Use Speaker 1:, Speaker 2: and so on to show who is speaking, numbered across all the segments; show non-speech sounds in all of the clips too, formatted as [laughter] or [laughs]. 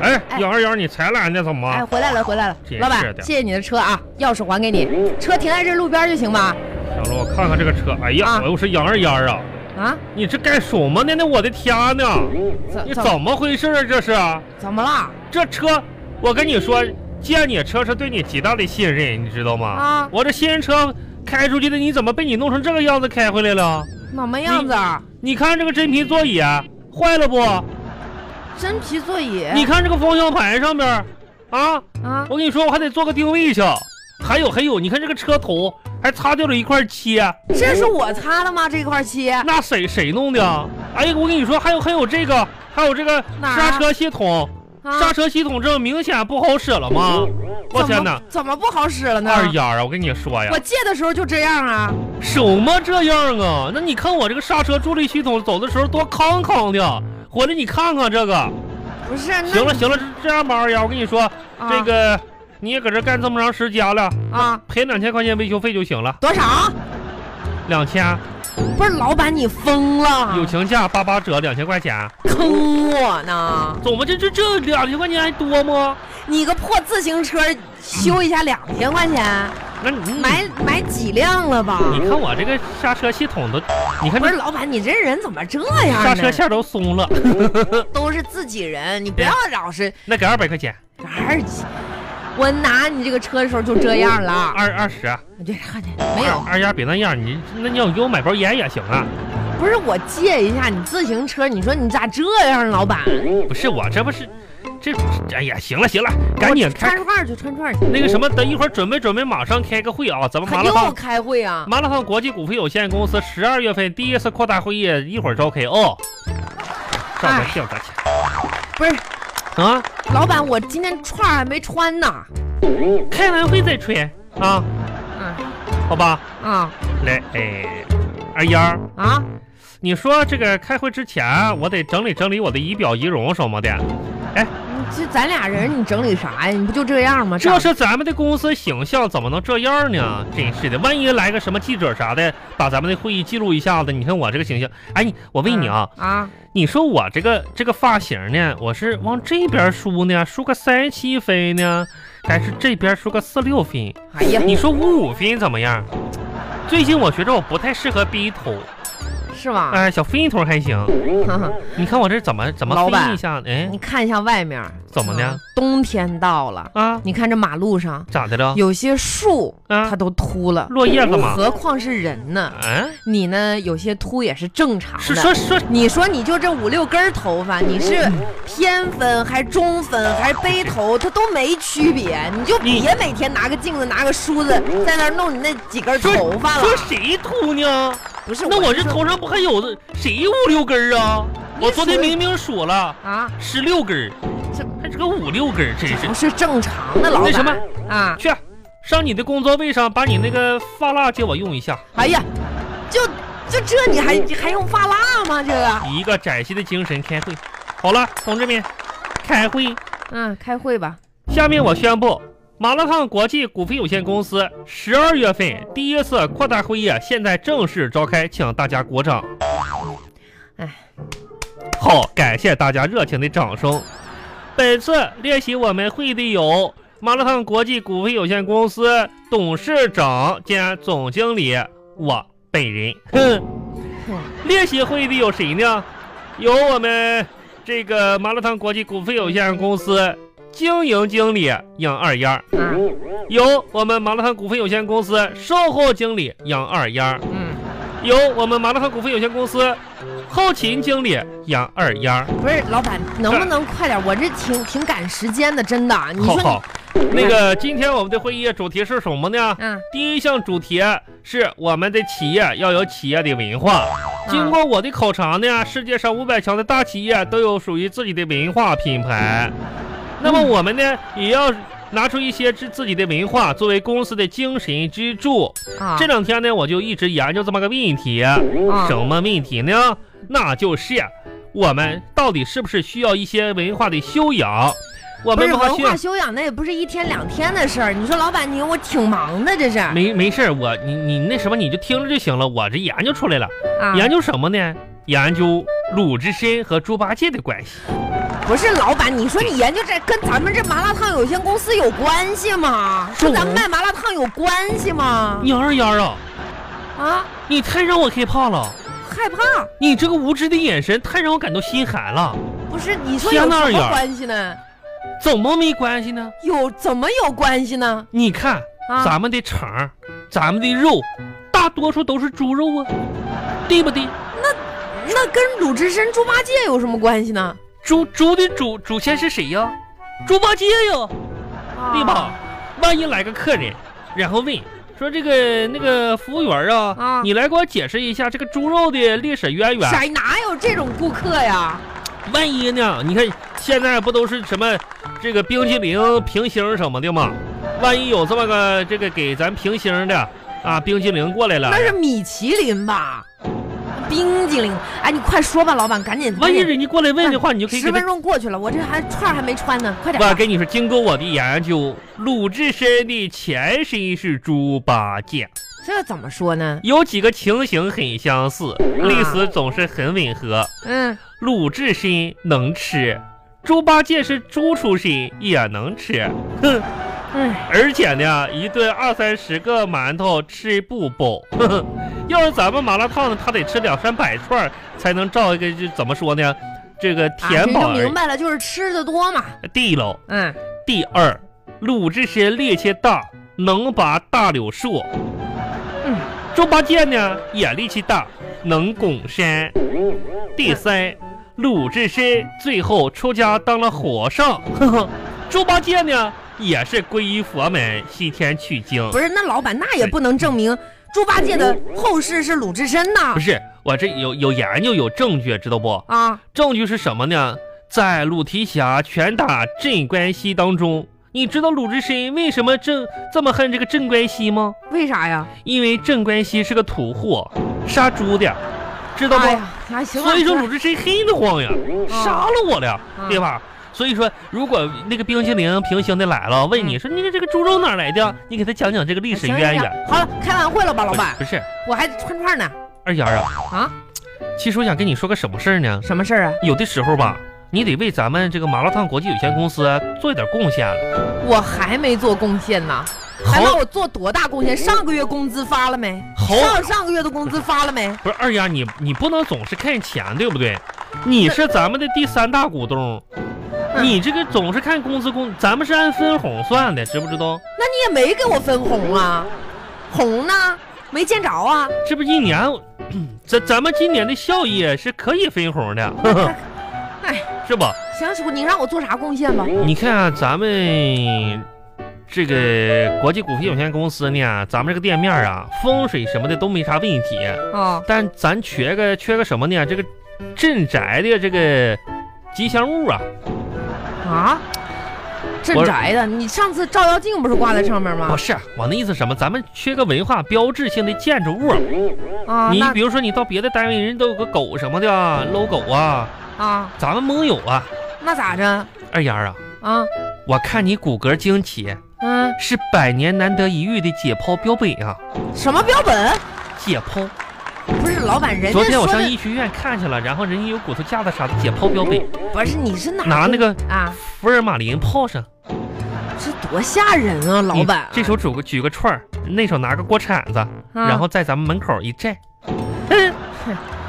Speaker 1: 哎
Speaker 2: 幺二幺，你才来呢，怎么？
Speaker 1: 哎，回来了，回来了
Speaker 2: 真，
Speaker 1: 老板
Speaker 2: 啊是，的
Speaker 1: 谢谢你的车啊，钥匙还给你，车停在这路边就行吧？
Speaker 2: 小罗，我看看这个车，哎呀，
Speaker 1: 啊
Speaker 2: 我又是杨二丫啊！
Speaker 1: 啊，
Speaker 2: 你这干什么呢？那我的天呐，你
Speaker 1: 怎怎
Speaker 2: 怎么回事啊？这是
Speaker 1: 怎么了？
Speaker 2: 这车，我跟你说，借你车是对你极大的信任，你知道吗？
Speaker 1: 啊
Speaker 2: 我这新车开出去的，你怎么被你弄成这个样子开回来了？
Speaker 1: 什么样子？啊？
Speaker 2: 你看这个真皮座椅啊坏了不？
Speaker 1: 真皮座椅？
Speaker 2: 你看这个方向盘上面，啊，
Speaker 1: 啊，
Speaker 2: 我跟你说，我还得做个定位去。还有还有，你看这个车头还擦掉了一块漆，啊
Speaker 1: 这是我擦的吗？这块漆？
Speaker 2: 那谁谁弄的啊？哎呀，我跟你说，还有还有这个，还有这个
Speaker 1: 哪儿啊
Speaker 2: 刹车系统，刹
Speaker 1: 啊，
Speaker 2: 车系统这明显不好使了吗？我天哪！
Speaker 1: 怎么怎么不好使了呢？
Speaker 2: 二丫啊，我跟你说呀
Speaker 1: 我，借的时候就这样啊，
Speaker 2: 什么这样啊？那你看我这个刹车助力系统走的时候多康康的，回来你看看这个。
Speaker 1: 不是？那
Speaker 2: 行了行了，这这样吧，二丫，我跟你说，
Speaker 1: 啊
Speaker 2: 这个你也搁这干这么长时间了，
Speaker 1: 啊，
Speaker 2: 赔两千块钱维修费就行了，
Speaker 1: 多少？
Speaker 2: 两千，
Speaker 1: 不是老板，你疯了？
Speaker 2: 友情价八八折，两千块钱，
Speaker 1: 坑我呢？
Speaker 2: 怎么这这这两千块钱还多吗？
Speaker 1: 你个破自行车修一下两千块钱，
Speaker 2: 那你
Speaker 1: 买买几辆了吧？
Speaker 2: 嗯你看我这个刹车系统都，你看
Speaker 1: 不是
Speaker 2: 这
Speaker 1: 老板，你这人怎么这样
Speaker 2: 哎
Speaker 1: 呢？
Speaker 2: 刹车线都松了，
Speaker 1: 都是自己人，你不要老是
Speaker 2: 那给二百块钱，
Speaker 1: 玩儿起。我拿你这个车的时候就这样了，
Speaker 2: 二二十，啊
Speaker 1: 你这看见没有？
Speaker 2: 二丫别那样，你那你要给我买包烟也行啊。
Speaker 1: 不是我借一下你自行车，你说你咋这样，老板？
Speaker 2: 不是我这不是，这哎呀，行了行了，赶紧
Speaker 1: 我
Speaker 2: 开
Speaker 1: 串串去串串去，
Speaker 2: 那个什么，等一会儿准备准备，马上开个会啊，咱们
Speaker 1: 可
Speaker 2: 麻辣
Speaker 1: 又
Speaker 2: 烫。
Speaker 1: 开会啊？
Speaker 2: 麻辣烫国际股份有限公司十二月份第一次扩大会议，一会儿召开哦。上个
Speaker 1: 哎
Speaker 2: 性格去
Speaker 1: 不是，
Speaker 2: 啊！
Speaker 1: 老板，我今天串儿还没穿呢。
Speaker 2: 开完会再吹啊，
Speaker 1: 嗯
Speaker 2: 好吧？
Speaker 1: 啊
Speaker 2: 来，哎，二丫儿，
Speaker 1: 啊，
Speaker 2: 你说这个开会之前，我得整理整理我的仪表仪容什么的。
Speaker 1: 你这咱俩人你整理啥呀？你不就这样吗？
Speaker 2: 这是咱们的公司形象，怎么能这样呢？真是的，万一来个什么记者啥的，把咱们的会议记录一下子，你看我这个形象。哎，你我问你啊，
Speaker 1: 啊，
Speaker 2: 你说我这个这个发型呢，我是往这边梳呢，梳个三七分呢，还是这边梳个四六分？
Speaker 1: 哎呀，
Speaker 2: 你说五五分怎么样？最近我觉着我不太适合逼头，
Speaker 1: 是吗？
Speaker 2: 哎，小分一头还行。
Speaker 1: 哈哈
Speaker 2: 你看我这怎么怎么
Speaker 1: 老板嗯
Speaker 2: 分一下？哎
Speaker 1: [laughs] 你看一下外面，
Speaker 2: 怎么的
Speaker 1: 啊冬天到了，
Speaker 2: 啊，
Speaker 1: 你看这马路上
Speaker 2: 咋的了？
Speaker 1: 有些树
Speaker 2: 啊
Speaker 1: 它都秃了，
Speaker 2: 落叶子吗？
Speaker 1: 何况是人呢？
Speaker 2: 嗯、
Speaker 1: 你呢，有些秃也是正常
Speaker 2: 是
Speaker 1: 的。
Speaker 2: 说说
Speaker 1: 你说你就这五六根儿头发，你是偏分还是中分还是背头，它都没区别，你就
Speaker 2: 你
Speaker 1: 别每天拿个镜子拿个梳子在那儿弄你那几根
Speaker 2: 说
Speaker 1: 头发了
Speaker 2: 说。谁秃呢？
Speaker 1: 不是，
Speaker 2: 那我
Speaker 1: 我
Speaker 2: 这
Speaker 1: 是说
Speaker 2: 头上不还有的谁五六根儿啊？
Speaker 1: 你
Speaker 2: 我昨天
Speaker 1: 数
Speaker 2: 明明数了
Speaker 1: 啊，
Speaker 2: 十六根儿，
Speaker 1: 这
Speaker 2: 还是个五六根儿，真是
Speaker 1: 不。是正常的老板
Speaker 2: 那什么，
Speaker 1: 啊？
Speaker 2: 去上你的工作位上把你那个发蜡借我用一下。
Speaker 1: 哎呀，就就这你还还用发蜡吗？这个，
Speaker 2: 以一个崭新的精神开会。好了，同志们，开会。
Speaker 1: 嗯，开会吧。
Speaker 2: 下面我宣布，麻辣烫国际股份有限公司十二月份第一次扩大会议现在正式召开，请大家鼓掌。
Speaker 1: 哎，
Speaker 2: 好，感谢大家热情的掌声。本次列席我们会议的有麻辣烫国际股份有限公司董事长兼总经理我本人。哼，列席会议的有谁呢？有我们这个麻辣烫国际股份有限公司经营经理杨二丫儿，
Speaker 1: 嗯
Speaker 2: 有我们麻辣烫股份有限公司售后经理杨二丫儿，
Speaker 1: 嗯，
Speaker 2: 有我们麻辣烫股份有限公司后勤经理杨二丫儿。
Speaker 1: 不是，老板，能不能快点？我这挺挺赶时间的，真的。你
Speaker 2: 好
Speaker 1: 说你，
Speaker 2: 好，那个今天我们的会议主题是什么呢？
Speaker 1: 嗯，
Speaker 2: 第一项主题啊是我们的企业要有企业的文
Speaker 1: 啊
Speaker 2: 化。经过我的考察呢，世界上五百强的大企业都有属于自己的文化品牌。那么我们呢，也要拿出一些自自己的文化作为公司的精神支柱。
Speaker 1: 啊，
Speaker 2: 这两天呢，我就一直研究这么个问题，
Speaker 1: 啊
Speaker 2: 什么问题呢？那就是啊我们到底是不是需要一些文化的修养？我
Speaker 1: 不
Speaker 2: 们
Speaker 1: 是
Speaker 2: 还
Speaker 1: 文
Speaker 2: 需要
Speaker 1: 化修养，那也不是一天两天的事儿。你说老板你我挺忙的，这是啊，
Speaker 2: 没没事儿，我你你那什么你就听着就行了，我这研究出
Speaker 1: 啊
Speaker 2: 来了，研究什么呢？研究鲁智深和猪八戒的关系。
Speaker 1: 不不是老板，你说你研究这跟咱们这麻辣烫有限公司有关系吗？
Speaker 2: 是
Speaker 1: 跟咱们
Speaker 2: 我
Speaker 1: 卖麻辣烫有关系吗？
Speaker 2: 你二丫啊，
Speaker 1: 啊，
Speaker 2: 你太让我害怕了，
Speaker 1: 害怕？
Speaker 2: 你这个无知的眼神太让我感到心寒了。
Speaker 1: 不是，你说有
Speaker 2: 天
Speaker 1: 什
Speaker 2: 哪二
Speaker 1: 么
Speaker 2: 丫
Speaker 1: 关系呢？
Speaker 2: 怎么没关系呢？
Speaker 1: 有怎么有关系呢？
Speaker 2: 你看
Speaker 1: 啊，
Speaker 2: 咱们的肠儿，咱们的肉，大多数都是猪肉啊，对不对？
Speaker 1: 那跟鲁智深、猪八戒有什么关系呢？
Speaker 2: 猪猪的主主线是谁呀？猪八戒呀，
Speaker 1: 啊
Speaker 2: 对吧？万一来个客人，然后问说这个那个服务员啊，
Speaker 1: 啊
Speaker 2: 你来给我解释一下这个猪肉的历史渊源。啊
Speaker 1: 谁哪有这种顾客呀？
Speaker 2: 万一呢？你看现在不都是什么这个冰淇淋平星什么的吗？万一有这么个这个给咱平星的啊冰淇淋过来了
Speaker 1: 那，是米其林吧？冰激凌？哎，你快说吧，老板，赶紧！
Speaker 2: 万一人家过来问的话，你就可以
Speaker 1: 十
Speaker 2: 给
Speaker 1: 分
Speaker 2: 他。
Speaker 1: 钟过去了，我这还串儿还没穿呢，快点
Speaker 2: 我
Speaker 1: 吧。
Speaker 2: 跟你说，经过我的研究，鲁智深的前身是猪八戒，
Speaker 1: 这怎么说呢？
Speaker 2: 有几个情形很相似，历史总是很吻合。
Speaker 1: 嗯，
Speaker 2: 鲁智深能吃，猪八戒是猪出身也能吃，哼。
Speaker 1: 哎，
Speaker 2: 而且呢，一顿二三十个馒头吃不饱， [laughs] 呵呵要是咱们麻辣烫呢，他得吃两三百串儿才能照一个，就怎么说呢，这个填
Speaker 1: 啊
Speaker 2: 饱
Speaker 1: 这就
Speaker 2: 而
Speaker 1: 明白了，就是吃的多嘛。
Speaker 2: 地喽。
Speaker 1: 嗯，
Speaker 2: 第二，鲁智深力气大，能拔大柳树。
Speaker 1: 嗯，
Speaker 2: 猪八戒呢也力气大，能拱山。第三，鲁智深最后出家当了和尚， [laughs] 呵呵，猪八戒呢也是皈依佛门，西天取经。
Speaker 1: 不是，那老板那也不能证明猪八戒的后世是鲁智深呐
Speaker 2: 不。是，我这有有研究有证据，知道不？
Speaker 1: 啊，
Speaker 2: 证据是什么呢？在《鲁提辖拳打镇关西》当中，你知道鲁智深为什么这这么恨这个镇关西吗？
Speaker 1: 为啥呀？
Speaker 2: 因为镇关西是个土货，杀猪的，知道不？
Speaker 1: 哎呀，还行吧。
Speaker 2: 所以说
Speaker 1: 行
Speaker 2: 鲁
Speaker 1: 吧
Speaker 2: 智深黑得慌呀，杀了我了，
Speaker 1: 嗯
Speaker 2: 对吧？所以说，如果那个冰淇淋平行的来了，问
Speaker 1: 嗯
Speaker 2: 你说你这个猪肉哪来的？你给他讲讲这个历史
Speaker 1: 行
Speaker 2: 渊
Speaker 1: 行
Speaker 2: 源。
Speaker 1: 行好了，开完会了吧，老
Speaker 2: 不是
Speaker 1: 板？
Speaker 2: 不是
Speaker 1: 我还串串呢。
Speaker 2: 二丫啊
Speaker 1: 啊，
Speaker 2: 其实我想跟你说个什么事儿呢？
Speaker 1: 什么事儿啊？
Speaker 2: 有的时候吧，你得为咱们这个麻辣烫国际有限公司啊做一点贡献了。
Speaker 1: 我还没做贡献呢，还
Speaker 2: 好
Speaker 1: 让我做多大
Speaker 2: 嗯
Speaker 1: 贡献？上个月工资发了没？
Speaker 2: 好
Speaker 1: 上上个月的工资发了没？
Speaker 2: 不是二丫，你你不能总是看钱，对不对？你是咱们的第三大股东，
Speaker 1: 嗯
Speaker 2: 你这个总是看工资工，咱们是按分红算的，知不知道？
Speaker 1: 那你也没给我分红啊，红呢？没见着啊？
Speaker 2: 这不一年， [clears throat] 咱咱们今年的效益是可以分红的，呵呵
Speaker 1: [laughs] 哎，
Speaker 2: 是吧？
Speaker 1: 行，你让我做啥贡献吧？
Speaker 2: 你看、啊、咱们这个国际股份有限公司呢，咱们这个店面啊，风水什么的都没啥问题。
Speaker 1: 啊，
Speaker 2: 但咱缺个缺个什么呢？这个镇宅的这个吉祥物啊，
Speaker 1: 啊，镇宅的，你上次照妖镜不是挂在上面
Speaker 2: 不
Speaker 1: 吗？
Speaker 2: 哦是啊我那意思什么？咱们缺个文化标志性的建筑物。
Speaker 1: 啊，
Speaker 2: 你
Speaker 1: 那
Speaker 2: 比如说，你到别的单位，人都有个狗什么的啊，logo 啊，
Speaker 1: 啊，
Speaker 2: 咱们没有啊。
Speaker 1: 那咋着？
Speaker 2: 二丫啊，
Speaker 1: 啊，
Speaker 2: 我看你骨骼惊奇，
Speaker 1: 嗯，
Speaker 2: 是百年难得一遇的解剖标本啊，
Speaker 1: 什么标本？
Speaker 2: 解剖。
Speaker 1: 不是老板，人家
Speaker 2: 昨天我
Speaker 1: 说
Speaker 2: 上
Speaker 1: 的
Speaker 2: 医学院看去了，然后人家有骨头架子啥的解剖标本，
Speaker 1: 不是，你是哪
Speaker 2: 拿那个
Speaker 1: 啊？
Speaker 2: 福尔马林泡上。
Speaker 1: 这多吓人啊，老
Speaker 2: 你
Speaker 1: 板！
Speaker 2: 这手举个举个串儿，那手拿个锅铲子，
Speaker 1: 啊
Speaker 2: 然后在咱们门口一站，嗯， [laughs]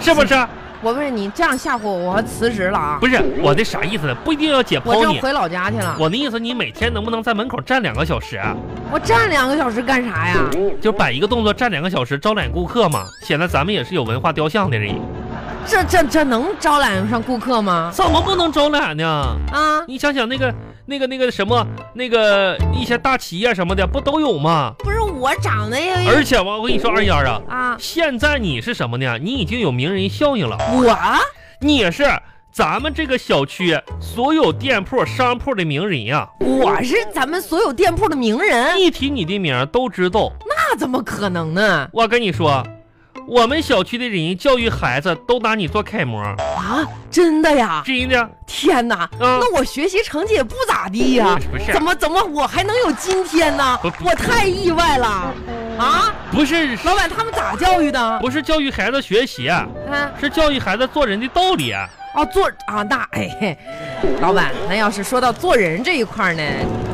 Speaker 2: 是不是？
Speaker 1: 我问你，这样吓唬我，我要辞职了啊！
Speaker 2: 不是我的啥意思呢？不一定要解
Speaker 1: 我
Speaker 2: 剖
Speaker 1: 正
Speaker 2: 你，
Speaker 1: 回老家去了。
Speaker 2: 我的意思你每天能不能在门口站两个小时啊？
Speaker 1: 我站两个小时干啥呀？
Speaker 2: 就摆一个动作站两个小时，招揽顾客嘛，显得咱们也是有文化雕像的人。
Speaker 1: 这这这能招揽上顾客吗？
Speaker 2: 怎么不能招揽呢？
Speaker 1: 啊，
Speaker 2: 你想想那个那个那个什么那个一些大旗呀、啊什么的，不都有吗？
Speaker 1: 不是我长得也
Speaker 2: 而且我我跟你说二丫啊，
Speaker 1: 啊，
Speaker 2: 现在你是什么呢？你已经有名人效应了。
Speaker 1: 我
Speaker 2: 你也是咱们这个小区所有店铺、商铺的名人呀、
Speaker 1: 我是咱们所有店铺的名人，
Speaker 2: 一提你的名儿都知道。
Speaker 1: 那怎么可能呢？
Speaker 2: 我跟你说，我们小区的人教育孩子都拿你做楷模，
Speaker 1: 啊，真的呀！
Speaker 2: 真的啊。
Speaker 1: 天哪，那我学习成绩也不咋地呀、
Speaker 2: 不是
Speaker 1: 怎么怎么我还能有今天呢
Speaker 2: 不？不
Speaker 1: 我太意外了啊！
Speaker 2: 不是
Speaker 1: 老板他们咋教育的？
Speaker 2: 不是教育孩子学习啊，
Speaker 1: 啊，
Speaker 2: 是教育孩子做人的道理啊。
Speaker 1: 哦，做啊，那哎，嘿老板，那要是说到做人这一块儿呢，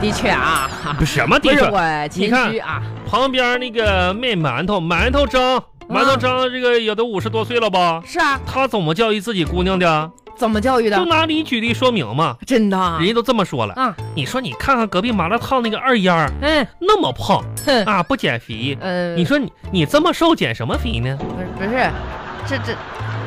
Speaker 1: 的确啊，哈哈
Speaker 2: 不什么
Speaker 1: 不
Speaker 2: 地
Speaker 1: 是
Speaker 2: 方？
Speaker 1: 我谦虚啊，
Speaker 2: 旁边那个卖馒头，馒头张，
Speaker 1: 嗯
Speaker 2: 馒头张，这个也都五十多岁了吧？
Speaker 1: 是啊，
Speaker 2: 他怎么教育自己姑娘的？
Speaker 1: 怎么教育
Speaker 2: 就
Speaker 1: 的？
Speaker 2: 拿你举例说明嘛，
Speaker 1: 真的啊
Speaker 2: 人，家都这么说了。
Speaker 1: 啊
Speaker 2: 你说你看看隔壁麻辣烫那个二丫儿
Speaker 1: 嗯
Speaker 2: 那么胖
Speaker 1: 哼，
Speaker 2: 啊，不减肥，
Speaker 1: 呃，
Speaker 2: 你说你你这么瘦减什么肥呢？
Speaker 1: 不是不是，这这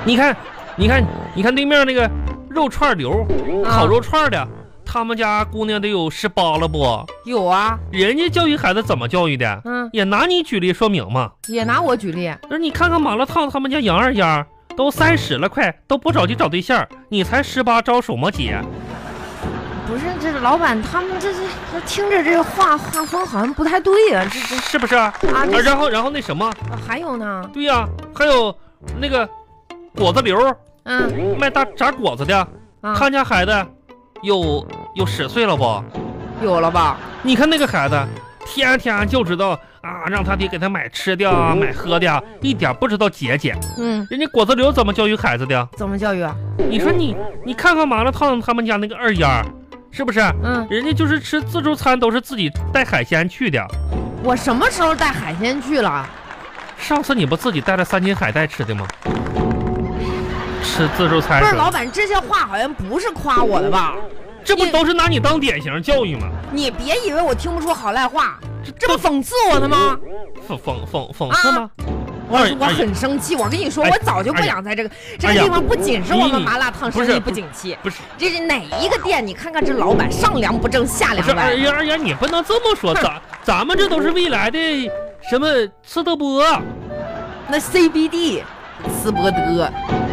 Speaker 2: 你看，你看，你看对面那个肉串流烤
Speaker 1: 啊
Speaker 2: 肉串的，他们家姑娘得有十八了不？
Speaker 1: 有啊，
Speaker 2: 人家教育孩子怎么教育的？
Speaker 1: 嗯，
Speaker 2: 也拿你举例说明嘛。
Speaker 1: 也拿我举例，
Speaker 2: 那你看看麻辣烫他们家杨二丫都三十了快，都不着急找对象，你才十八着什么急？
Speaker 1: 不是这老板他们这这这听着这话画风好像不太对啊，这
Speaker 2: 是是不是？啊，
Speaker 1: 这啊这
Speaker 2: 然后然后那什么？
Speaker 1: 啊还有呢，
Speaker 2: 对呀、还有那个果子流
Speaker 1: 嗯
Speaker 2: 卖大炸果子的，
Speaker 1: 啊
Speaker 2: 他家孩子有有十岁了不？
Speaker 1: 有了吧？
Speaker 2: 你看那个孩子，天天就知道啊，让他爹给他买吃的啊，买喝的啊，一点不知道节俭。
Speaker 1: 嗯，
Speaker 2: 人家果子流怎么教育孩子的？
Speaker 1: 怎么教育啊？
Speaker 2: 你说你，你看看麻辣烫他们家那个二丫，是不是？
Speaker 1: 嗯，
Speaker 2: 人家就是吃自助餐，都是自己带海鲜去的。
Speaker 1: 我什么时候带海鲜去了？
Speaker 2: 上次你不自己带了三斤海带吃的吗？吃自助餐
Speaker 1: 不是
Speaker 2: 去了
Speaker 1: 老板，这些话好像不是夸我的吧？
Speaker 2: 这不
Speaker 1: 你
Speaker 2: 都是拿你当典型教育吗？
Speaker 1: 你别以为我听不出好赖话，这不讽刺我呢吗？
Speaker 2: 讽讽讽讽刺吗？
Speaker 1: 啊我
Speaker 2: 二
Speaker 1: 我
Speaker 2: 二
Speaker 1: 很生气，我跟你说，
Speaker 2: 哎
Speaker 1: 我早就不
Speaker 2: 哎
Speaker 1: 想在这个这
Speaker 2: 哎
Speaker 1: 个
Speaker 2: 呀
Speaker 1: 地方，不仅是我们
Speaker 2: 你
Speaker 1: 麻辣烫
Speaker 2: 不
Speaker 1: 生
Speaker 2: 是
Speaker 1: 意不
Speaker 2: 不
Speaker 1: 景气，
Speaker 2: 不是
Speaker 1: 这是哪一个店？你看看这老板上梁不正下
Speaker 2: 不
Speaker 1: 梁
Speaker 2: 是，哎二
Speaker 1: 歪，
Speaker 2: 丫二丫，你不能这么说，
Speaker 1: 哼
Speaker 2: 咱咱们这都是未来的什么斯德伯，
Speaker 1: 那 CBD。斯伯德，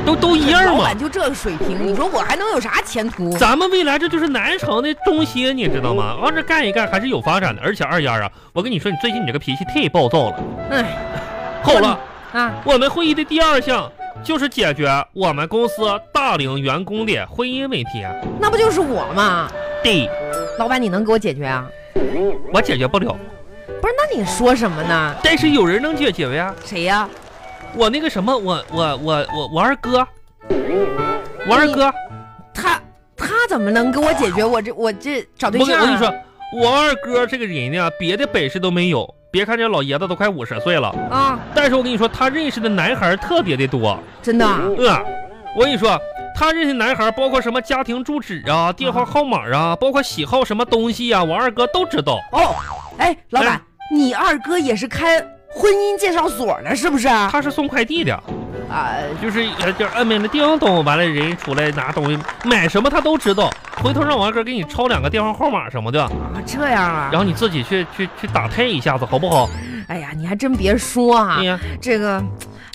Speaker 2: 都都一样
Speaker 1: 老
Speaker 2: 嘛
Speaker 1: 板。就这个水平，你说我还能有啥前途？
Speaker 2: 咱们未来这就是南城的中心，你知道吗？往这干一干还是有发展的。而且二丫啊，我跟你说，你最近你这个脾气太暴躁了。
Speaker 1: 哎
Speaker 2: 好了，
Speaker 1: 啊，
Speaker 2: 我们会议的第二项就是解决我们公司大龄员工的婚姻问题。啊
Speaker 1: 那不就是我吗？
Speaker 2: 对，
Speaker 1: 老板，你能给我解决啊？
Speaker 2: 我解决不了，
Speaker 1: 不是，那你说什么呢？
Speaker 2: 但是有人能解决呀。
Speaker 1: 谁呀、
Speaker 2: 我那个什么，我我我我我二哥，我二哥，
Speaker 1: 他他怎么能给我解决我这我这找对
Speaker 2: 我
Speaker 1: 象、
Speaker 2: 跟
Speaker 1: 啊？
Speaker 2: 我跟你说，我二哥这个人呢，别的本事都没有。别看这老爷子都快五十岁了，
Speaker 1: 啊，
Speaker 2: 但是我跟你说，他认识的男孩特别的多。
Speaker 1: 真的啊，
Speaker 2: 嗯，我跟你说，他认识男孩包括什么家庭住址啊、电话号码啊，包括喜好什么东西啊，我二哥都知道。
Speaker 1: 哦，哎，老板
Speaker 2: 哎，
Speaker 1: 你二哥也是开婚姻介绍所的，是不是？啊，
Speaker 2: 他是送快递的，就是呃就摁门了叮咚，完了人出来拿东西，买什么他都知道。回头让我二哥给你抄两个电话号码什么的，
Speaker 1: 啊，这样啊
Speaker 2: 然。后你自己去去去打探一下子，好不好？
Speaker 1: 哎呀，你还真别说啊
Speaker 2: 你，呀、
Speaker 1: 这个，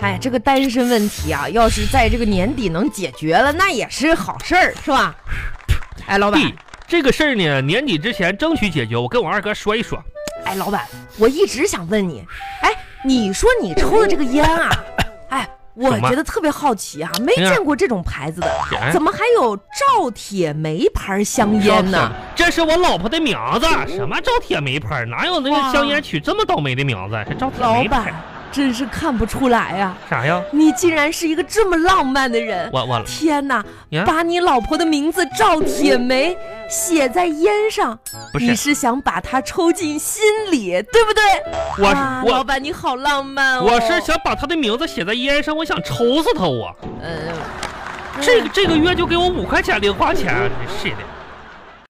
Speaker 1: 哎，这个单身问题啊，要是在这个年底能解决了，那也是好事儿，是吧？哎，老板，
Speaker 2: 对这个事儿呢，年底之前争取解决。我跟我二哥说一说，
Speaker 1: 哎，老板，我一直想问你，哎，你说你抽的这个烟啊，哎，我
Speaker 2: 怎么
Speaker 1: 觉得特别好奇啊，没
Speaker 2: 哎呀
Speaker 1: 见过这种牌子的，
Speaker 2: 哎
Speaker 1: 怎么还有赵铁梅牌香烟呢？嗯
Speaker 2: 这是我老婆的名字，什么赵铁梅牌儿，哪有那
Speaker 1: 哇
Speaker 2: 个香烟取这么倒霉的名字？还赵铁
Speaker 1: 老
Speaker 2: 梅牌
Speaker 1: 板
Speaker 2: 儿
Speaker 1: 真是看不出来呀、
Speaker 2: 啥呀？
Speaker 1: 你竟然是一个这么浪漫的人！
Speaker 2: 我我
Speaker 1: 天哪，
Speaker 2: 呀
Speaker 1: 把你老婆的名字赵铁梅写在烟上，
Speaker 2: 不
Speaker 1: 你
Speaker 2: 是
Speaker 1: 是想把她抽进心里，对不对？
Speaker 2: 我是
Speaker 1: 哇老
Speaker 2: 我
Speaker 1: 板你好浪漫哦！
Speaker 2: 我是想把他的名字写在烟上，我想抽死他我。
Speaker 1: 嗯，
Speaker 2: 这个这个月就给我五块钱零花钱，真是的。